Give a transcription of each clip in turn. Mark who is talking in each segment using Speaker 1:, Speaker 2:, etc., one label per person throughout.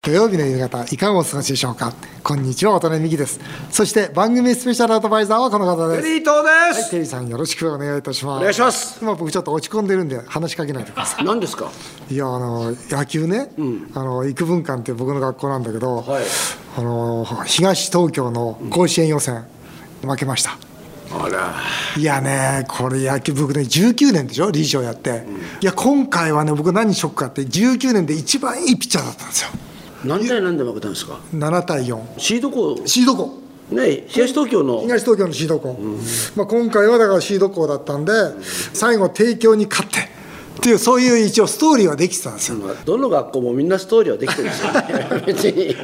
Speaker 1: 土曜日の夕方いかがお過ごしでしょうかこんにちは渡辺美希ですそして番組スペシャルアドバイザーはこの方です
Speaker 2: テリー東です、
Speaker 1: はい、テリーさんよろしくお願いいたします
Speaker 2: お願いします
Speaker 1: 今僕ちょっと落ち込んでるんで話しかけないでくださ
Speaker 2: 何ですか
Speaker 1: いいやあの野球ね、あの育文館って僕の学校なんだけど、
Speaker 2: はい
Speaker 1: あの東東京の甲子園予選、負けました
Speaker 2: あら
Speaker 1: いやねこれ野球僕ね19年でしょ理事長やって、いや今回はね僕何ショックかって19年で一番いいピッチャーだったんですよ
Speaker 2: 何対何で負けたんですか
Speaker 1: 7対4
Speaker 2: シード校ね
Speaker 1: シード校
Speaker 2: 東東京の
Speaker 1: 東東京のシード校、まあ、今回はだからシード校だったんで、最後帝京に勝ってっていうそういう一応ストーリーはできてたんですよ、
Speaker 2: どの学校もみんなストーリーはできてるんですよ、 ね、別に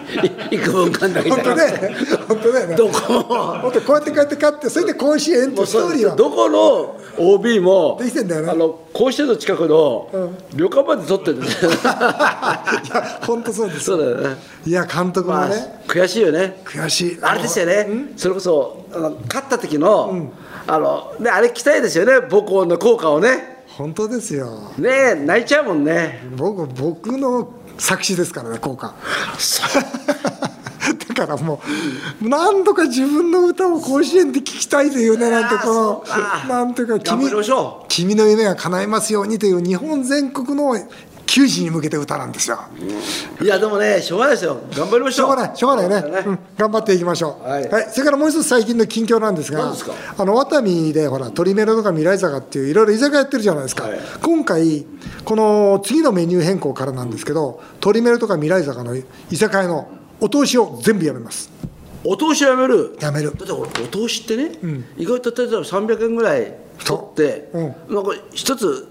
Speaker 2: 幾分間だけじ
Speaker 1: 本当
Speaker 2: ゃな
Speaker 1: ね
Speaker 2: くて
Speaker 1: 本当だよね
Speaker 2: どこも
Speaker 1: 本当こうやってこうやって勝ってそれで甲子園っていうストーリーは
Speaker 2: どこの OB も
Speaker 1: できてんだよね
Speaker 2: あの甲子園の近くの旅館まで撮って るんですよ
Speaker 1: いや本当そうです
Speaker 2: そうだよね、
Speaker 1: いや監督も
Speaker 2: まあ
Speaker 1: ね、、
Speaker 2: 悔しいよね
Speaker 1: 悔しい
Speaker 2: あれですよね、それこそあの勝った時の、あのねあれ期待ですよね母校の効果をね
Speaker 1: 本当ですよ
Speaker 2: ねえ泣いちゃうもんね
Speaker 1: 僕僕の作詞ですからね効果 だからもう何度か自分の歌を甲子園で聞きたいというねなんてこ
Speaker 2: そ
Speaker 1: の
Speaker 2: うか
Speaker 1: なんていうか
Speaker 2: 頑張りましょう
Speaker 1: 君の夢が叶いますようにという日本全国の球児に向けて歌なんですよ
Speaker 2: いやでもねしょうがないですよ頑張りまし
Speaker 1: しょ
Speaker 2: ょう
Speaker 1: うがないしょうがないね、うん頑張っていきましょう、
Speaker 2: はい
Speaker 1: それからもう一つ最近の近況なんですが
Speaker 2: 何ですか
Speaker 1: あのワタミでほら鶏メロとか未来坂っていういろいろ居酒屋やってるじゃないですか、
Speaker 2: はい
Speaker 1: 今回この次のメニュー変更からなんですけど鶏メロとか未来坂の居酒屋のお通しを全部やめます
Speaker 2: お通しをやめる
Speaker 1: やめる
Speaker 2: だって俺お通しってね、意外と例えば300円ぐらい取って、
Speaker 1: う
Speaker 2: なんか一つ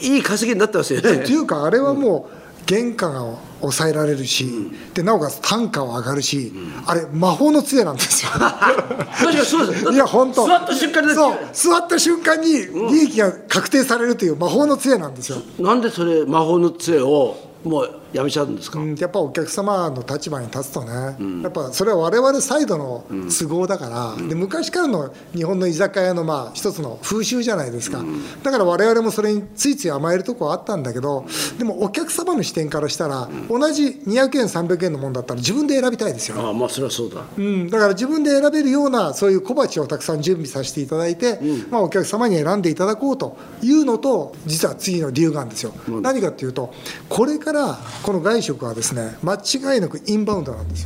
Speaker 2: いい稼ぎになってますよね
Speaker 1: っていうかあれはもう原価が抑えられるし、でなおかつ単価は上がるし、あれ魔法の杖なんです よ
Speaker 2: 確かにそうです よ
Speaker 1: いや本当
Speaker 2: 座った瞬間で
Speaker 1: そう座った瞬間に利益が確定されるという魔法の杖なんですよ、
Speaker 2: なんでそれ魔法の杖をもうやめちゃうんですか、
Speaker 1: うんやっぱお客様の立場に立つとね、やっぱそれは我々サイドの都合だから、で昔からの日本の居酒屋のまあ一つの風習じゃないですか、だから我々もそれについつい甘えるとこはあったんだけどでもお客様の視点からしたら、同じ200円300円のもんだったら自分で選びたいですよね
Speaker 2: ああまあそれはそうだ
Speaker 1: うん、だから自分で選べるようなそういう小鉢をたくさん準備させていただいて、まあ、お客様に選んでいただこうというのと実は次の理由があるんですよ、何かっていうとこれからこの外食はですね間違いなくインバウンドなんです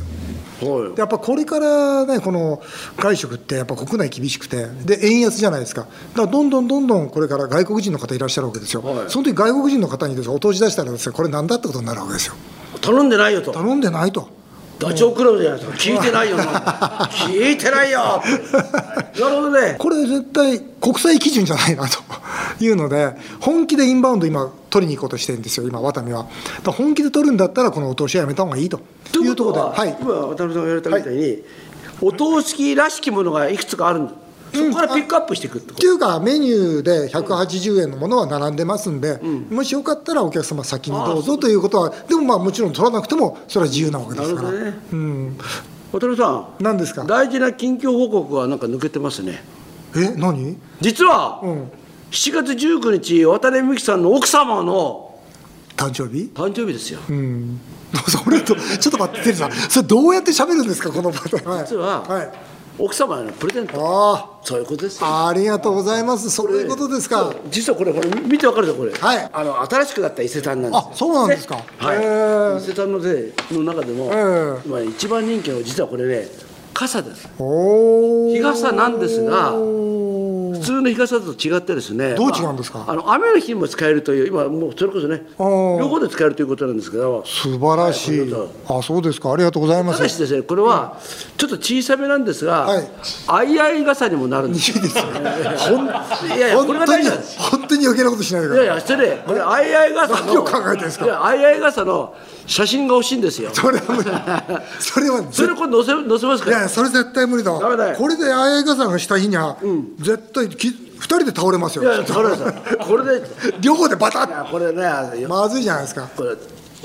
Speaker 1: よ
Speaker 2: はい
Speaker 1: でやっぱこれからねこの外食ってやっぱ国内厳しくてで円安じゃないですかだからどんどんどんどんこれから外国人の方いらっしゃるわけですよ、
Speaker 2: はい
Speaker 1: その時外国人の方にですねお通し出したらですねこれなんだってことになるわけですよ
Speaker 2: 頼んでないよと
Speaker 1: 頼んでないと。
Speaker 2: ダチョウ倶楽部じゃないですか聞いてな いよな聞いてないよなるほどね
Speaker 1: これ絶対国際基準じゃないなと いうので本気でインバウンド今取りに行こうとしてるんですよ今ワタミはだから本気で取るんだったらこのお通しはやめた方がいいと
Speaker 2: と
Speaker 1: い
Speaker 2: いうう
Speaker 1: とこ
Speaker 2: こ
Speaker 1: とろ
Speaker 2: は、
Speaker 1: ではい
Speaker 2: 今渡辺さんが言われたみたいに、お通しらしきものがいくつかあるんだそこからピックアップしていくってこ
Speaker 1: っていうかメニューで180円のものは並んでますんで、もしよかったらお客様先にどうぞということはでもまあもちろん取らなくてもそれは自由なわけで
Speaker 2: と
Speaker 1: す
Speaker 2: な
Speaker 1: から、
Speaker 2: るほどね
Speaker 1: うん
Speaker 2: 渡辺さ
Speaker 1: 何ですか
Speaker 2: ん大事な近況報告はなんか抜けてますね
Speaker 1: え何
Speaker 2: 実は、
Speaker 1: うん
Speaker 2: 7月19日渡辺美樹さんの奥様の
Speaker 1: 誕生日
Speaker 2: 誕生日ですよ、
Speaker 1: うん それとちょっと待ってテリーさんそれどうやって喋るんですかこのパターン
Speaker 2: 実は、
Speaker 1: はい、
Speaker 2: 奥様へのプレゼント
Speaker 1: ああ
Speaker 2: そういうことですよ
Speaker 1: ありがとうございます。そういうことですか。
Speaker 2: 実はこれこれ見てわかるぞこれ、
Speaker 1: はい
Speaker 2: あの新しくなった伊勢丹なんですよ
Speaker 1: あそうなんですか
Speaker 2: ね
Speaker 1: へ
Speaker 2: は
Speaker 1: ー
Speaker 2: い、伊勢丹のでの中でも、
Speaker 1: え
Speaker 2: 今一番人気の実はこれね傘です
Speaker 1: おお。
Speaker 2: 日傘なんですが
Speaker 1: おー
Speaker 2: 普通の日傘と違ってですね
Speaker 1: どう違うんですか
Speaker 2: まああの雨の日にも使えるという今もうそれこそね
Speaker 1: ー
Speaker 2: 両方で使えるということなんですけど
Speaker 1: 素晴らし
Speaker 2: はい
Speaker 1: い
Speaker 2: こういう。
Speaker 1: あ、そうですか。ありがとうございま
Speaker 2: た
Speaker 1: す。
Speaker 2: だしですねこれはちょっと小さめなんですが、
Speaker 1: はい
Speaker 2: あいあい傘にもなるんですよ いやいやこれ
Speaker 1: 本
Speaker 2: が
Speaker 1: 当
Speaker 2: 大
Speaker 1: に
Speaker 2: 事なんです
Speaker 1: 本当に余計なことしないでく
Speaker 2: い
Speaker 1: だ
Speaker 2: や
Speaker 1: さ
Speaker 2: い
Speaker 1: い。
Speaker 2: や、失礼、これ、あいあい傘の。
Speaker 1: 何を考えてんですか
Speaker 2: いや、あいあい傘の写真が欲しいんですよ。
Speaker 1: それは無理。それは絶
Speaker 2: それ、これ、載せ、載せます
Speaker 1: い
Speaker 2: か
Speaker 1: やい
Speaker 2: ら。
Speaker 1: やそれ絶対無理だわ。
Speaker 2: ダメだよ
Speaker 1: これであやいがさんがした日には絶対き二人で倒れます
Speaker 2: い
Speaker 1: よ
Speaker 2: や、。それさ、これで、い
Speaker 1: 両方でバタッ。
Speaker 2: やこれね、
Speaker 1: まずいじゃないですか。
Speaker 2: これ。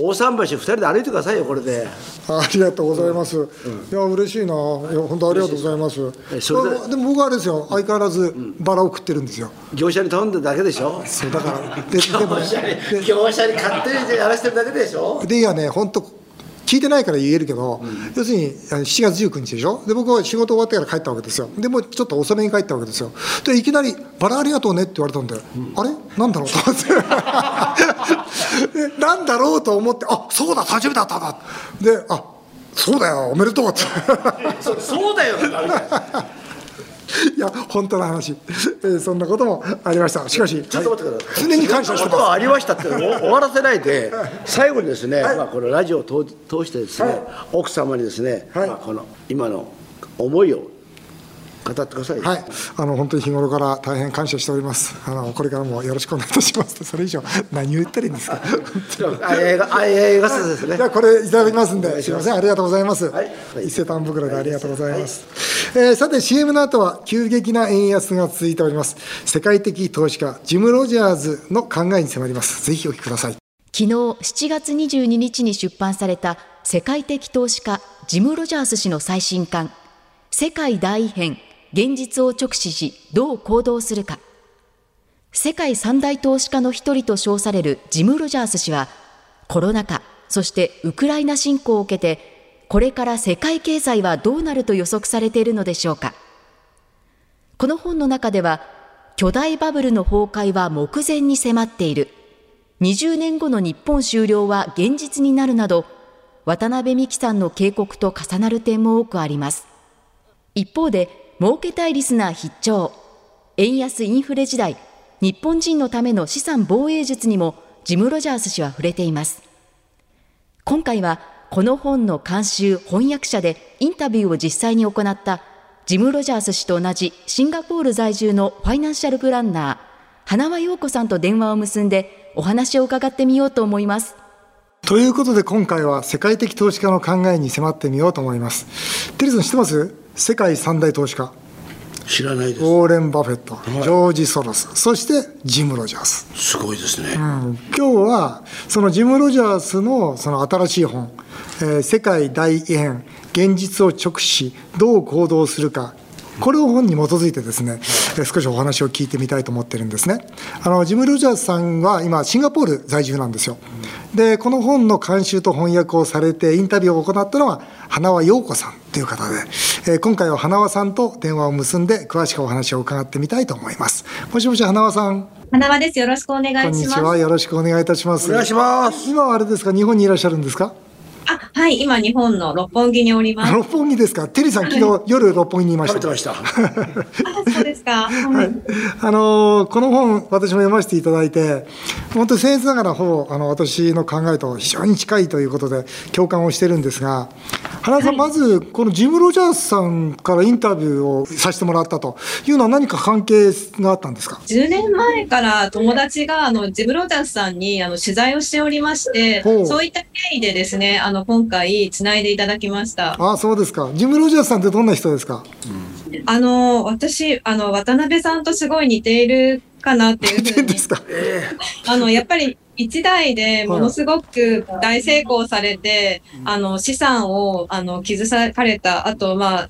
Speaker 2: 大桟橋二人で歩いてくださいよ、これで。
Speaker 1: ありがとうございます。いや嬉しいな。いや本当ありがとうございます。
Speaker 2: えそれで
Speaker 1: あでも僕はあれですよ。相変わらずバラを食ってるんですよ。
Speaker 2: 業者に頼んでるだけでしょ
Speaker 1: そうだからでで
Speaker 2: 業
Speaker 1: もね
Speaker 2: 者に、業者に勝手にやらせてるだけでしょ
Speaker 1: でいやね本当聞いてないから言えるけど、要するにあの7月19日でしょで僕は仕事終わってから帰ったわけですよでもうちょっと遅めに帰ったわけですよでいきなり「バラありがとうね」って言われたんで、あれなんだろうと思ってで なんだろうと思ってあそうだ誕生日だったんだであそうだよおめでとう って
Speaker 2: そそうだよってなるじゃない
Speaker 1: いや本当の話、えーそんなこともありましたしかし
Speaker 2: ちょっと待ってください。
Speaker 1: 常に感謝して
Speaker 2: そんなこと
Speaker 1: ま
Speaker 2: はありまし たってお終わらせないで、最後にですね、
Speaker 1: はい
Speaker 2: まあこのラジオを通通してですね、
Speaker 1: はい
Speaker 2: 奥様にですね、
Speaker 1: はい
Speaker 2: まあこの今の思いを語ってください。
Speaker 1: すはいあの本当に日頃から大変感謝しておりますあのこれからもよろしくお願いいたしますそれ以上何を言ったらいいんですか
Speaker 2: あ映画あ映画祭ですね
Speaker 1: じゃ。あこれいただきますん
Speaker 2: お願
Speaker 1: で
Speaker 2: い
Speaker 1: す
Speaker 2: し
Speaker 1: い
Speaker 2: ま
Speaker 1: ますせんありがとうございます、
Speaker 2: はい
Speaker 1: 伊勢丹袋でありがとうございます、えーさて CM の後は急激な円安が続いております世界的投資家ジム・ロジャーズの考えに迫りますぜひお聞きください
Speaker 3: 昨日7月22日に出版された世界的投資家ジム・ロジャース氏の最新刊「世界大異変現実を直視しどう行動するか」世界三大投資家の一人と称されるジム・ロジャース氏はコロナ禍そしてウクライナ侵攻を受けてこれから世界経済はどうなると予測されているのでしょうかこの本の中では巨大バブルの崩壊は目前に迫っている20年後の日本終了は現実になるなど渡辺美樹さんの警告と重なる点も多くあります一方で儲けたいリスナー必聴円安インフレ時代日本人のための資産防衛術にもジム・ロジャース氏は触れています今回はこの本の監修翻訳者でインタビューを実際に行ったジム・ロジャース氏と同じシンガポール在住のファイナンシャルプランナー花輪陽子さんと電話を結んでお話を伺ってみようと思います
Speaker 1: ということで今回は世界的投資家の考えに迫ってみようと思いますテリーさん知ってます世界三大投資家
Speaker 2: 知らないで
Speaker 1: ウォーレン・バフェット、ジョージ・ソロスそしてジム・ロジャース
Speaker 2: す。すごいですね。
Speaker 1: うん今日はそのジム・ロジャースのその新しい本「えー世界大異変現実を直視どう行動するか」これを本に基づいてですね、えー少しお話を聞いてみたいと思ってるんですねあのジム・ロジャースさんは今シンガポール在住なんですよでこの本の監修と翻訳をされてインタビューを行ったのは花輪陽子さんという方で、えー今回は花輪さんと電話を結んで詳しくお話を伺ってみたいと思いますもしもし花輪さん
Speaker 4: 花輪です。よろしくお願いします。
Speaker 1: こんにちは。よろしくお願いいたします。
Speaker 2: お願いします。
Speaker 1: 今はあれですか、日本にいらっしゃるんですか。
Speaker 4: あ、はい、今日本の六本木におります。
Speaker 1: 六本木ですか。テリーさん、昨日夜六本木にいまし
Speaker 2: 食べ
Speaker 1: た
Speaker 2: て。ました。
Speaker 4: あ、そうですか。はい
Speaker 1: あのーこの本、私も読ませていただいて、本当に僭越ながら、ほぼあの私の考えと非常に近いということで、共感をしてるんですが、原さん、まず、このジム・ロジャースさんからインタビューをさせてもらったというのは、何か関係があったんですか。
Speaker 4: 10年前から友達があのジブロージャースさんにあの取材をしておりまして、
Speaker 1: ほう
Speaker 4: そういった経緯でですね、あの今回つないでいただきました。
Speaker 1: ああ、そうですか。ジム・ロジャースさんってどんな人ですか。
Speaker 4: あの私あの渡辺さんとすごい似ているかなっていうふう に
Speaker 1: ですか。
Speaker 4: あの、やっぱり一代でものすごく大成功されて、あの、資産を、あの、傷さかれた、あと、まあ、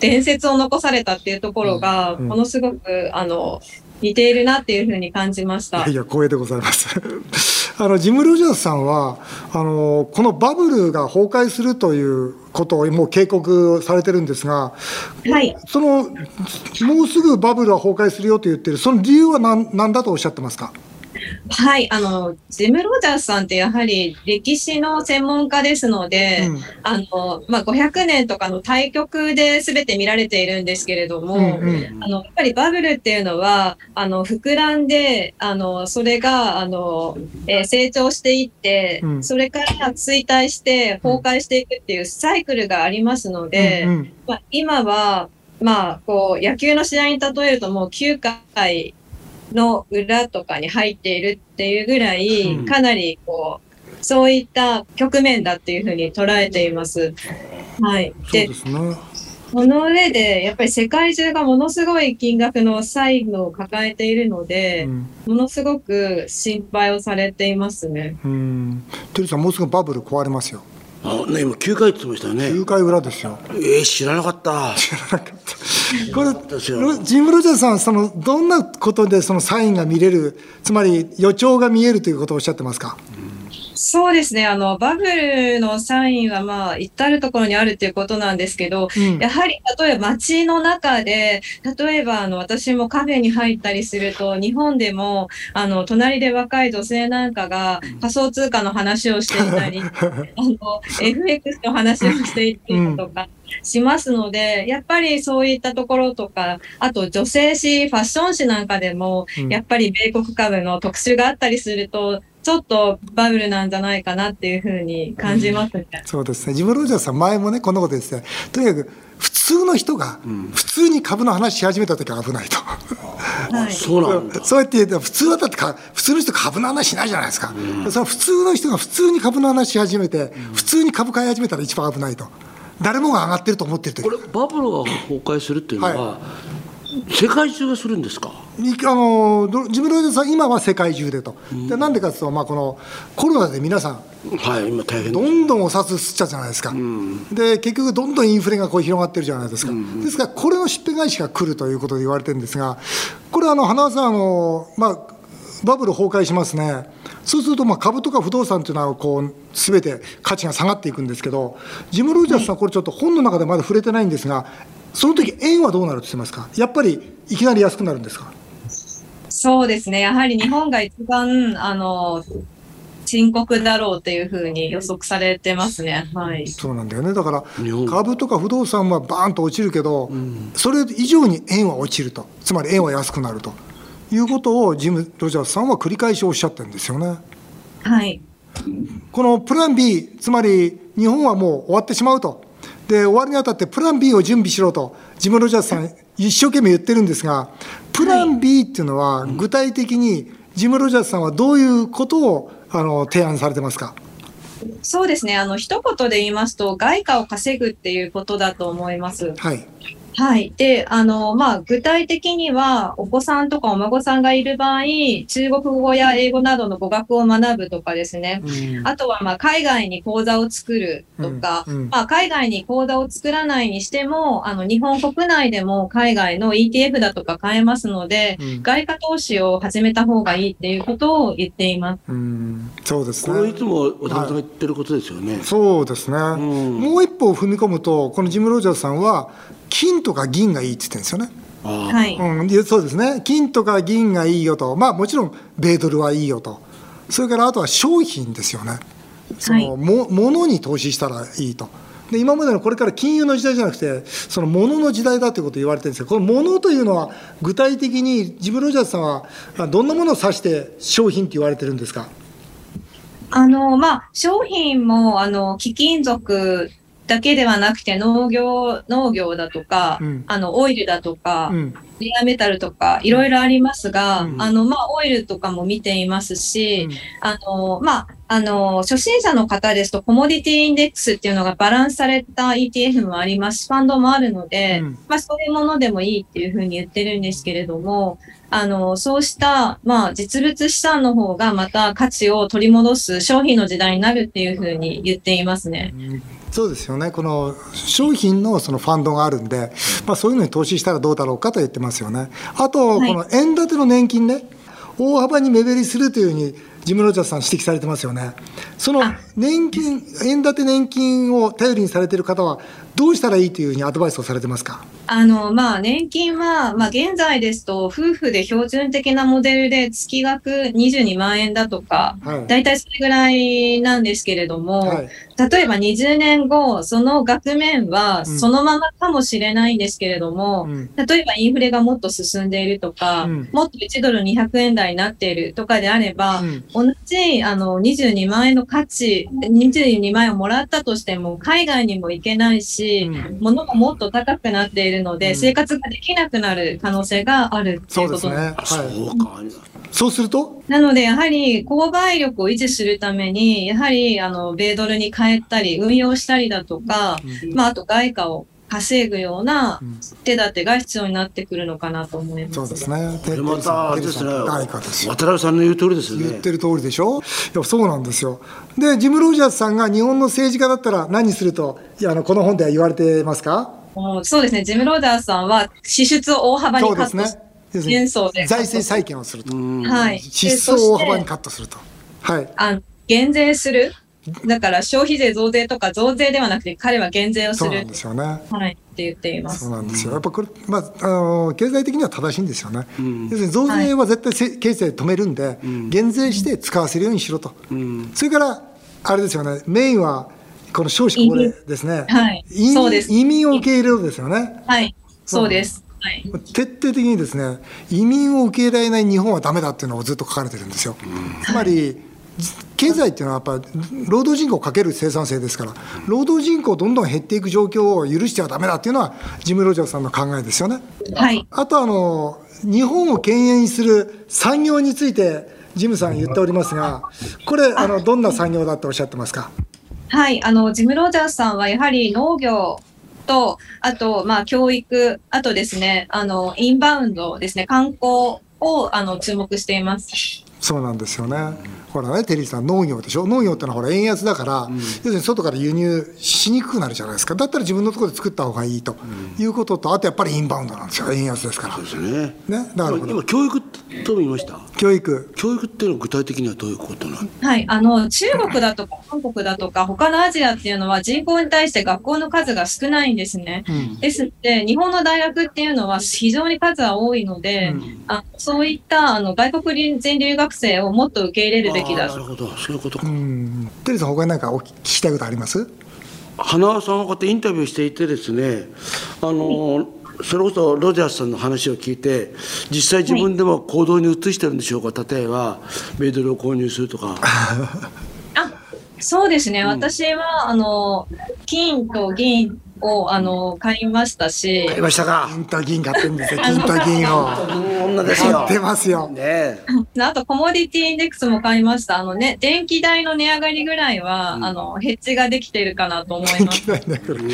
Speaker 4: 伝説を残されたっていうところが、
Speaker 1: ん
Speaker 4: ものすごく、あの、似ているなっていうふうに感じまし
Speaker 1: い
Speaker 4: た
Speaker 1: やい。や、光栄でございます。 あのジム・ロジャースさんはあの、このバブルが崩壊するということをもう警告されてるんですが、
Speaker 4: はい。
Speaker 1: そのもうすぐバブルは崩壊するよと言ってる、その理由は何何だとおっしゃってますか、
Speaker 4: はい。あの、ジム・ロジャースさんってやはり歴史の専門家ですので、
Speaker 1: うん
Speaker 4: あの、まあ、500年とかの対局で全て見られているんですけれども、
Speaker 1: うんうん
Speaker 4: あの、やっぱりバブルっていうのは、あの、膨らんで、あの、それが、あの、えー成長していって、
Speaker 1: うん
Speaker 4: それから衰退して崩壊していくっていうサイクルがありますので、
Speaker 1: うんうん
Speaker 4: まあ、今は、まあ、こう、野球の試合に例えるともう9回の裏とかに入っているっていうぐらい、
Speaker 2: うん
Speaker 4: かなり、こう、そういった局面だっていうふうに捉えています。はい。
Speaker 1: そうですね。
Speaker 4: この上で、やっぱり世界中がものすごい金額の債務を抱えているので
Speaker 1: う、ん
Speaker 4: ものすごく心配をされていますね。
Speaker 1: うん、テリーさん、もうすぐバブル壊れますよ、
Speaker 2: あね今9回って言ってましたよね。
Speaker 1: 9回裏です よ。
Speaker 2: えー、知らなかった。
Speaker 1: これ
Speaker 2: 私は
Speaker 1: ロジム・ロジャースさん、そのどんなことでそのサインが見れる、つまり予兆が見えるということをおっしゃってますか。
Speaker 4: そうですね。あの、バブルのサインは、まあ、至るところにあるっていうことなんですけど、
Speaker 1: うん
Speaker 4: やはり、例えば街の中で、例えば、あの、私もカフェに入ったりすると、日本でも、あの、隣で若い女性なんかが仮想通貨の話をしてい たり、あの、FX の話をしていたりとかしますので、やっぱりそういったところとか、あと女性誌、ファッション誌なんかでも、
Speaker 1: うん
Speaker 4: やっぱり米国株の特集があったりすると、ちょっとバブルなんじゃないかなっていうふうに感じますね。
Speaker 1: そうですね、ジム・ロジャースさん、前もね、こんなこと言ってて、とにかく普通の人が、普通に株の話し始めたときは危ないと、
Speaker 4: はい。
Speaker 2: そうなんだ
Speaker 1: そうやって言うと、普通はだってか、普通の人、株の話しないじゃないですか、その普通の人が普通に株の話し始めて、普通に株買い始めたら一番危ないと、誰もが上がってると思ってるとき
Speaker 2: これバブルが崩壊するっていうのは、
Speaker 1: は
Speaker 2: 世界中がするんですか
Speaker 1: にあのどジム・ロジャースは今は世界中でと、でなんでかというと、まあ、このコロナで皆さん、
Speaker 2: はい今大変だ
Speaker 1: どんどんお札吸っちゃうじゃないですか、で結局、どんどんインフレがこう広がってるじゃないですか、ですから、これのしっぺ返しが来るということで言われてるんですが、これ、あの花輪さんあの、まあ、バブル崩壊しますね、そうすると、まあ、株とか不動産というのはこう、すべて価値が下がっていくんですけど、ジム・ロジャースさん、これちょっと本の中でまだ触れてないんですが、その時円はどうなるって言ってますか、やっぱりいきなり安くなるんですか。
Speaker 4: そうですね。やはり日本が一番、あの、深刻だろうというふうに予測されてますね。はい。
Speaker 1: そうなんだよねだから
Speaker 2: 日本
Speaker 1: 株とか不動産はバーンと落ちるけど、それ以上に円は落ちるとつまり円は安くなるということをジム・ロジャースさんは繰り返しおっしゃってるんですよね。
Speaker 4: はい。
Speaker 1: このプラン B つまり日本はもう終わってしまうとで終わりにあたってプラン B を準備しろとジム・ロジャースさん一生懸命言ってるんですがプラン B っていうのは具体的にジム・ロジャースさんはどういうことをあの提案されてますか
Speaker 4: そうですね。あの、一言で言いますと、外貨を稼ぐっていうことだと思います。
Speaker 1: はい、
Speaker 4: はい。で、あの、まあ、具体的には、お子さんとかお孫さんがいる場合、中国語や英語などの語学を学ぶとかですね。あとは、まあ、海外に講座を作るとか、
Speaker 1: うんうん
Speaker 4: まあ、海外に講座を作らないにしても、あの、日本国内でも海外の ETF だとか買えますので、
Speaker 1: うん
Speaker 4: 外貨投資を始めた方がいいっていうことを言っています。
Speaker 1: うんそうです
Speaker 2: こ
Speaker 1: ね
Speaker 2: れいつも渡辺さんが言ってることですよね、
Speaker 1: そうですね、
Speaker 2: ん
Speaker 1: もう一歩踏み込むと、このジム・ロジャースさんは、金とか銀がいいって言ってるんですよね、
Speaker 2: ああ
Speaker 4: はい。
Speaker 1: うんいや、そうですね、金とか銀がいいよと、まあ、もちろん米ドルはいいよと、それからあとは商品ですよね、そのも物に投資したらいいと。で今までのこれから金融の時代じゃなくて、その物の時代だということを言われてるんですけど、この物というのは、具体的にジム・ロジャースさんは、あどんなものを指して商品って言われてるんですか。
Speaker 4: あの、まあ、商品も、あの、貴金属だけではなくて、農業、農業だとか、
Speaker 1: うん
Speaker 4: あの、オイルだとか
Speaker 1: う、ん
Speaker 4: レアメタルとか、いろいろありますが、
Speaker 1: うん
Speaker 4: あの、まあ、オイルとかも見ていますし、
Speaker 1: うん
Speaker 4: あの、まあ、あの、初心者の方ですと、コモディティインデックスっていうのがバランスされた ETF もありますし、ファンドもあるので、
Speaker 1: うん
Speaker 4: まあ、そういうものでもいいっていうふうに言ってるんですけれども、あの、そうした、まあ、実物資産の方がまた価値を取り戻す商品の時代になるっていうふうに言っていますね。
Speaker 1: そうですよね、この商品のそのファンドがあるんで、まあ、そういうのに投資したらどうだろうかと言ってますよね。あと、
Speaker 4: はい
Speaker 1: この円建ての年金ね、大幅に目減りするというふうに、ジム・ロジャースさん、指摘されてますよね。その年金、円建て年金を頼りにされている方は、どうしたらいいというふうにアドバイスをされてますか。
Speaker 4: あの、まあ、年金は、まあ、現在ですと、夫婦で標準的なモデルで月額22万円だとか、
Speaker 1: はい
Speaker 4: だいたいそれぐらいなんですけれども、
Speaker 1: はい
Speaker 4: 例えば20年後、その額面は
Speaker 1: うん
Speaker 4: そのままかもしれないんですけれども、
Speaker 1: うん
Speaker 4: 例えばインフレがもっと進んでいるとか、
Speaker 1: うん
Speaker 4: もっと1ドル200円台になっているとかであれば、
Speaker 1: うん
Speaker 4: 同じあの22万円の価値、22万円をもらったとしても、海外にも行けないし、
Speaker 1: うん
Speaker 4: 物がもっと高くなっているので、
Speaker 1: うん
Speaker 4: 生活ができなくなる可能性があるって
Speaker 1: そ
Speaker 4: いう
Speaker 1: うで
Speaker 4: こ
Speaker 1: す
Speaker 4: と
Speaker 1: ね、
Speaker 4: なんです
Speaker 2: あそ
Speaker 1: は
Speaker 2: うか、
Speaker 1: い、そうすると、
Speaker 4: なので、やはり購買力を維持するために、やはり、あの、米ドルに変えたり、運用したりだとか、まあ、あと外貨を稼ぐような手立てが必要になってくるのかなと思います。
Speaker 1: そうですね、
Speaker 2: これまたあれですね
Speaker 1: 誰かですよ
Speaker 2: 渡辺さんの言う通りですよ
Speaker 1: 言っ
Speaker 2: ね
Speaker 1: てる通りでしょ、いやそうなんですよ。で、ジム・ロジャースさんが日本の政治家だったら何すると、いやあのこの本では言われてますか
Speaker 4: もうそうですね。ジム・ローダーさんは支出を大幅に
Speaker 1: そう
Speaker 4: カ
Speaker 1: で
Speaker 4: ッ
Speaker 1: す
Speaker 4: ト
Speaker 1: ね要
Speaker 4: し、
Speaker 1: するに
Speaker 4: 幻想で
Speaker 1: 財政再建をすると、
Speaker 2: うん
Speaker 4: はい。
Speaker 1: 支出を大幅に
Speaker 4: でそして
Speaker 1: カットすると。はい、
Speaker 4: あの減税する。だから消費税増税とか増税ではなくて彼は減税をす
Speaker 1: そうな
Speaker 4: る
Speaker 1: んですよね。
Speaker 4: はい、って言っていま
Speaker 1: そ
Speaker 4: す
Speaker 1: う。なんですよ。やっぱこれ、まあ、あの経済的には正しいんですよね。要するに増税は絶対せ経済止めるんで、減税して使わせるようにしろと。
Speaker 2: うん
Speaker 1: それから、あれですよね、メインはこの少子高齢ですね。
Speaker 4: はい
Speaker 1: 移民
Speaker 4: そうです
Speaker 1: 移民を受け入れるんですよね。
Speaker 4: はい、そうです。はい。
Speaker 1: 徹底的にですね、移民を受け入れられない日本はダメだっていうのをずっと書かれてるんですよ。つまり、経済っていうのはやっぱ労働人口かける生産性ですから、労働人口どんどん減っていく状況を許してはダメだっていうのは、ジム・ロジャーさんの考えですよね。
Speaker 4: はい。
Speaker 1: あとあの日本を敬遠する産業についてジムさん言っておりますが、これあのどんな産業だっておっしゃってますか。
Speaker 4: はい、あの、ジム・ロジャースさんはやはり農業と、あと、まあ、教育、あとですね、あの、インバウンドですね、観光を、あの、注目しています。
Speaker 1: そうなんですよね。ほらねテリーさん農業でしょ。農業ってのはほら円安だから、要するに外から輸入しにくくなるじゃないですか。だったら自分のところで作った方がいいということと、あとやっぱりインバウンドなんですよ。円安ですから。
Speaker 5: そうですね。
Speaker 1: ね、なるほど
Speaker 5: 今。教育と見ました。
Speaker 1: 教育。
Speaker 5: 教育っていうのは具体的にはどういうことなの？
Speaker 4: はい、あの、中国だとか、韓国だとか、他のアジアっていうのは人口に対して学校の数が少ないんですね。ですって、日本の大学っていうのは非常に数は多いので、あそういった、あの、外国人留学生をもっと受け入れるべき
Speaker 5: あ
Speaker 4: だ
Speaker 5: ーなるほど、そういうことか。
Speaker 1: うん。テリーさん他に何かお聞きしたいことあります？
Speaker 5: 花輪さんはこうやってインタビューしていてですねあのそれこそロジャースさんの話を聞いて実際自分でも行動に移してるんでしょうか例えばメイドルを購入するとか
Speaker 4: あそうですね、私はあの金と銀をあの買いましたし、
Speaker 5: 買いましたか
Speaker 1: 金と銀買ってるんですよ。金と銀 を。
Speaker 5: 女ですよ
Speaker 1: 買ってますよ。
Speaker 5: ねえ
Speaker 4: あとコモディティインデックスも買いました、あのね、電気代の値上がりぐらいは、あのヘッジができているかなと思い
Speaker 1: 電
Speaker 4: ま
Speaker 1: 気
Speaker 4: す。
Speaker 1: 代値上がりい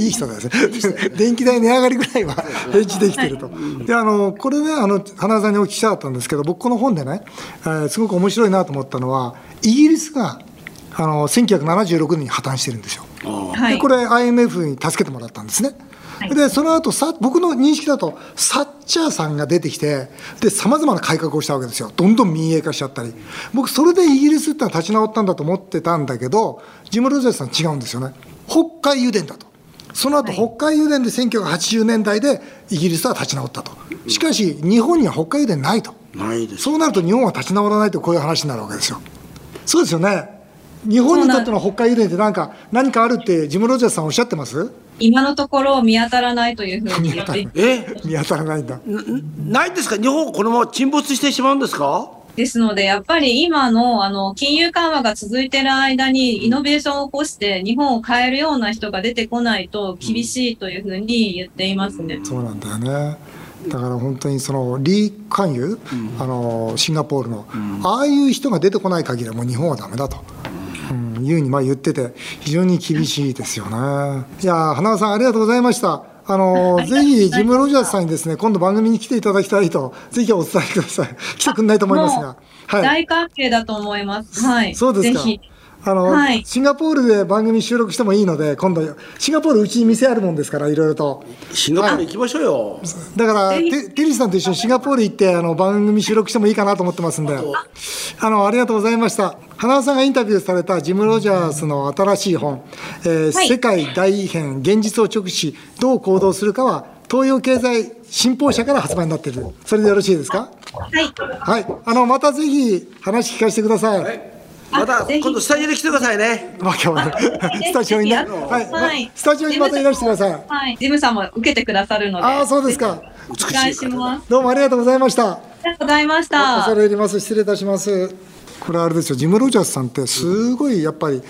Speaker 1: いいい人だですね。電気代値上がりぐらいは返事できてると。で、あの、これね、あの、花田さんにお聞きしたかったんですけど、僕この本でね、えーすごく面白いなと思ったのは、イギリスが、あの、1976年に破綻してるんですよ。
Speaker 4: は
Speaker 1: で
Speaker 4: い
Speaker 1: こ、れ IMF に助けてもらったんですね。でその後さ僕の認識だとサッチャーさんが出てきてさまざまな改革をしたわけですよどんどん民営化しちゃったり僕それでイギリスってのは立ち直ったんだと思ってたんだけどジム・ロジャースさん違うんですよね北海油田だとその後、北海油田で1980年代でイギリスは立ち直ったとしかし日本には北海油田ないと
Speaker 5: ないです
Speaker 1: そうなると日本は立ち直らないとこういう話になるわけですよ。そうですよね。日本にとっての北海油田ってなんか何かあるってジム・ロジャースさんおっしゃってます
Speaker 4: 今のところ見当たらないというふうに言ってい
Speaker 5: え
Speaker 1: 見当たらないんだ。
Speaker 5: なないんですか日本このまま沈没してしまうんですか
Speaker 4: ですので、やっぱり今のあの金融緩和が続いている間にイノベーションを起こして日本を変えるような人が出てこないと厳しいというふうに言っていますね。
Speaker 1: そうなんだよね。だから本当にそのリー・カンユ、あのシンガポールの、ああいう人が出てこない限りはもう日本はダメだと。うん、いうにまあ言ってて非常に厳しいですよね。いやー花輪さんありがとうございました。あのーぜひジム・ロジャースさんにですね今度番組に来ていただきたいとぜひお伝えください。 来てくれないと思いますが
Speaker 4: も。
Speaker 1: はい。
Speaker 4: 大関係だと思います。はい。
Speaker 1: そうですか
Speaker 4: ぜひ。。
Speaker 1: あの、
Speaker 4: はい
Speaker 1: シンガポールで番組収録してもいいので今度シンガポールうちに店あるもんですからいろいろと。
Speaker 5: シンガポール行きましょうよ、
Speaker 1: だから
Speaker 4: ぜひ
Speaker 1: テテリーさんと一緒にシンガポール行ってあの番組収録してもいいかなと思ってますんであのありがとうございました花輪さんがインタビューされたジム・ロジャースの新しい本「えー
Speaker 4: はい
Speaker 1: 世界大異変現実を直視どう行動するか」は東洋経済新報社から発売になっているそれでよろしいですか
Speaker 4: はい。
Speaker 1: はいあのまたぜひ話聞かせてください、
Speaker 5: また
Speaker 4: あぜひ
Speaker 5: 今度スタジオに来てくださいね
Speaker 1: わけ わかんない
Speaker 4: ぜ ひ
Speaker 1: スタジオにね、
Speaker 4: ぜひあの
Speaker 1: はい
Speaker 4: はい
Speaker 1: スタジオにまたいらしてください
Speaker 4: はい。ジムさんも受けてくださるので。
Speaker 1: ああそうですか
Speaker 4: お願いします。
Speaker 1: どうもありがとうございました
Speaker 4: ありがとうございました。
Speaker 1: 恐れ入ります失礼いたしますこれあれですよジム・ロジャースさんってすごいやっぱり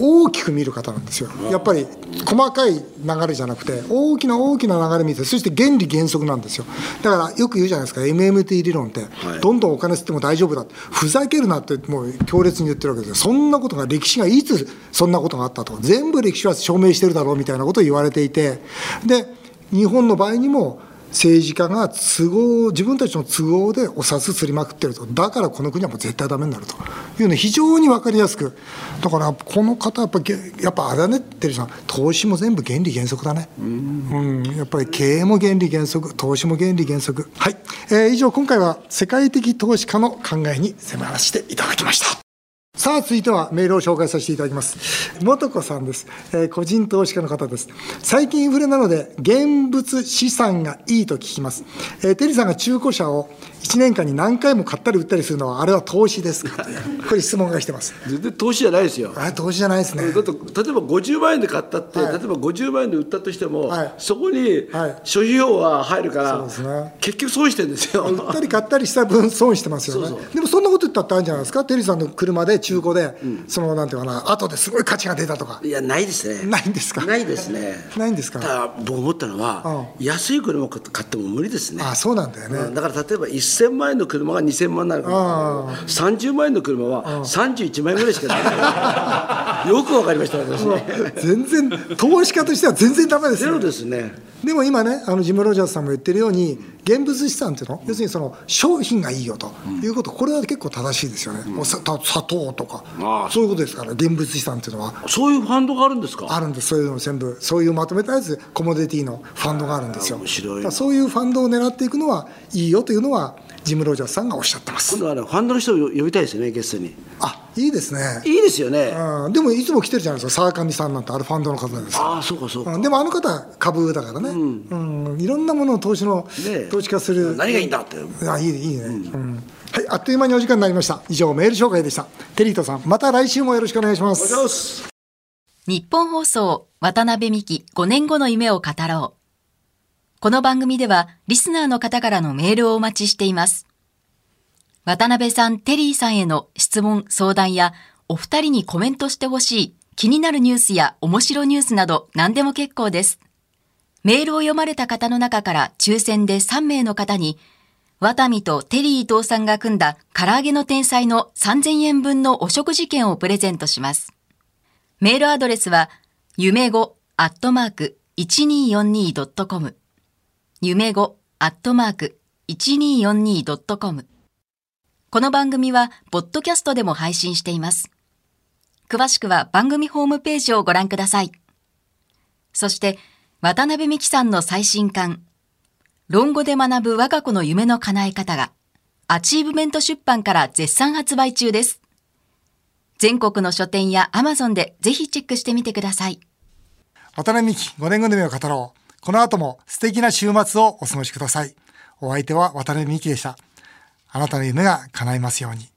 Speaker 1: 大きく見る方なんですよやっぱり細かい流れじゃなくて大きな大きな流れ見てそして原理原則なんですよだからよく言うじゃないですか MMT 理論って、どんどんお金吸っても大丈夫だってふざけるなってもう強烈に言ってるわけですよそんなことが歴史がいつそんなことがあったと全部歴史は証明してるだろうみたいなことを言われていてで日本の場合にも政治家が都合自分たちの都合でお札すりまくってるとだからこの国はもう絶対ダメになるというのを非常に分かりやすくだからこの方やっぱげやっぱあれだねってるさん投資も全部原理原則だねうんやっぱり経営も原理原則投資も原理原則はい、えー以上今回は世界的投資家の考えに迫らせていただきましたさあ続いてはメールを紹介させていただきます元子さんです、えー個人投資家の方です最近インフレなので現物資産がいいと聞きます、えーテリーさんが中古車を1年間に何回も買ったり売ったりするのはあれは投資です かこれ質問が来てます
Speaker 2: 全然投資じゃないですよ
Speaker 1: あれ投資じゃないですね
Speaker 2: だって例えば50万円で買ったって、
Speaker 1: はい
Speaker 2: 例えば50万円で売ったとしても、
Speaker 1: はい
Speaker 2: そこに
Speaker 1: はい
Speaker 2: 所費用は入るから、
Speaker 1: そうですね
Speaker 2: 結局損してるんですよ。
Speaker 1: 売ったり買ったりした分損してますよね
Speaker 2: そうそ
Speaker 1: でもそんなこと言ったってあるんじゃないですかテリーさんの車で中古で、そのなんていうかな後ですごい価値が出たとか
Speaker 2: いやないですね。
Speaker 1: ないんですか
Speaker 2: ないですね。
Speaker 1: ないんですか
Speaker 2: ただ僕思ったのは、安い車を買っても無理ですね。
Speaker 1: あそうなんだよね、
Speaker 2: うんだから例えば1000万円の車が2000万円になるから
Speaker 1: ああ
Speaker 2: 30万円の車は31万円ぐらいしか ないよくわかりました私ね
Speaker 1: 全然投資家としては全然ダメです
Speaker 2: ゼ
Speaker 1: よ
Speaker 2: ロですね
Speaker 1: でも今ねあのジム・ロジャースさんも言ってるように現物資産っていうの要するにその商品がいいよということこれは結構正しいですよね、お砂糖砂糖とか
Speaker 2: ああ
Speaker 1: そういうことですから現物資産っていうのは
Speaker 2: そういうファンドがあるんですか
Speaker 1: あるんですそういうの全部そういうまとめたやつコモディティのファンドがあるんですよ
Speaker 2: 面白いな
Speaker 1: だからそういうファンドを狙っていくのはいいよというのはジム・ロジャースさんがおっしゃってま
Speaker 2: 今
Speaker 1: す
Speaker 2: 度はねファンドの人を呼びたいですよねゲストに
Speaker 1: あいいですね
Speaker 2: いいですよね
Speaker 1: うんでもいつも来てるじゃないですか沢上さんなんてあれファンドの方なんですよ
Speaker 2: ああそうかそうか、
Speaker 1: うんでもあの方は株だからね、うんいろんなものを投資の、
Speaker 2: ねえ
Speaker 1: 投資化する
Speaker 2: 何がいいんだって
Speaker 1: あいいねいいね、うんはいあっという間にお時間になりました以上メール紹介でしたテリートさんまた来週もよろしくお願いします
Speaker 3: 日本放送渡辺美希5年後の夢を語ろう。この番組ではリスナーの方からのメールをお待ちしています。渡辺さん、テリーさんへの質問、相談やお二人にコメントしてほしい気になるニュースや面白ニュースなど何でも結構です。メールを読まれた方の中から抽選で3名の方に渡美とテリー伊藤さんが組んだ唐揚げの天才の3000円分のお食事券をプレゼントします。メールアドレスは、夢語アットマーク 1242.com。夢語アットマーク 1242.com。この番組は、ポッドキャストでも配信しています。詳しくは番組ホームページをご覧ください。そして、渡辺美希さんの最新刊、論語で学ぶ我が子の夢の叶え方が、アチーブメント出版から絶賛発売中です。全国の書店や Amazon でぜひチェックしてみてください。
Speaker 1: 渡辺美希5年後の夢を語ろうこの後も素敵な週末をお過ごしくださいお相手は渡辺美希でしたあなたの夢が叶いますように